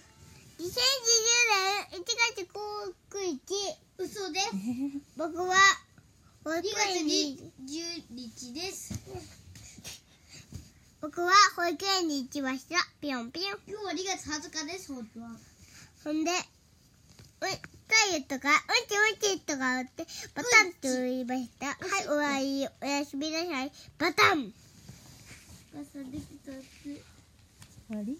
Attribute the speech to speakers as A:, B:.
A: 2020年1月9日
B: 嘘です
A: 僕は保
B: 2
A: 育
B: 月
A: 園に
B: に10日です
A: 僕は保育園に行きましたピョンピョン
B: 今日は2月20日です本当は
A: ほんでうんダイエットがうんちうんちとか打ってバタンって言いましたはい終わりおやすみなさいバタン
B: 朝できたって
C: 終わり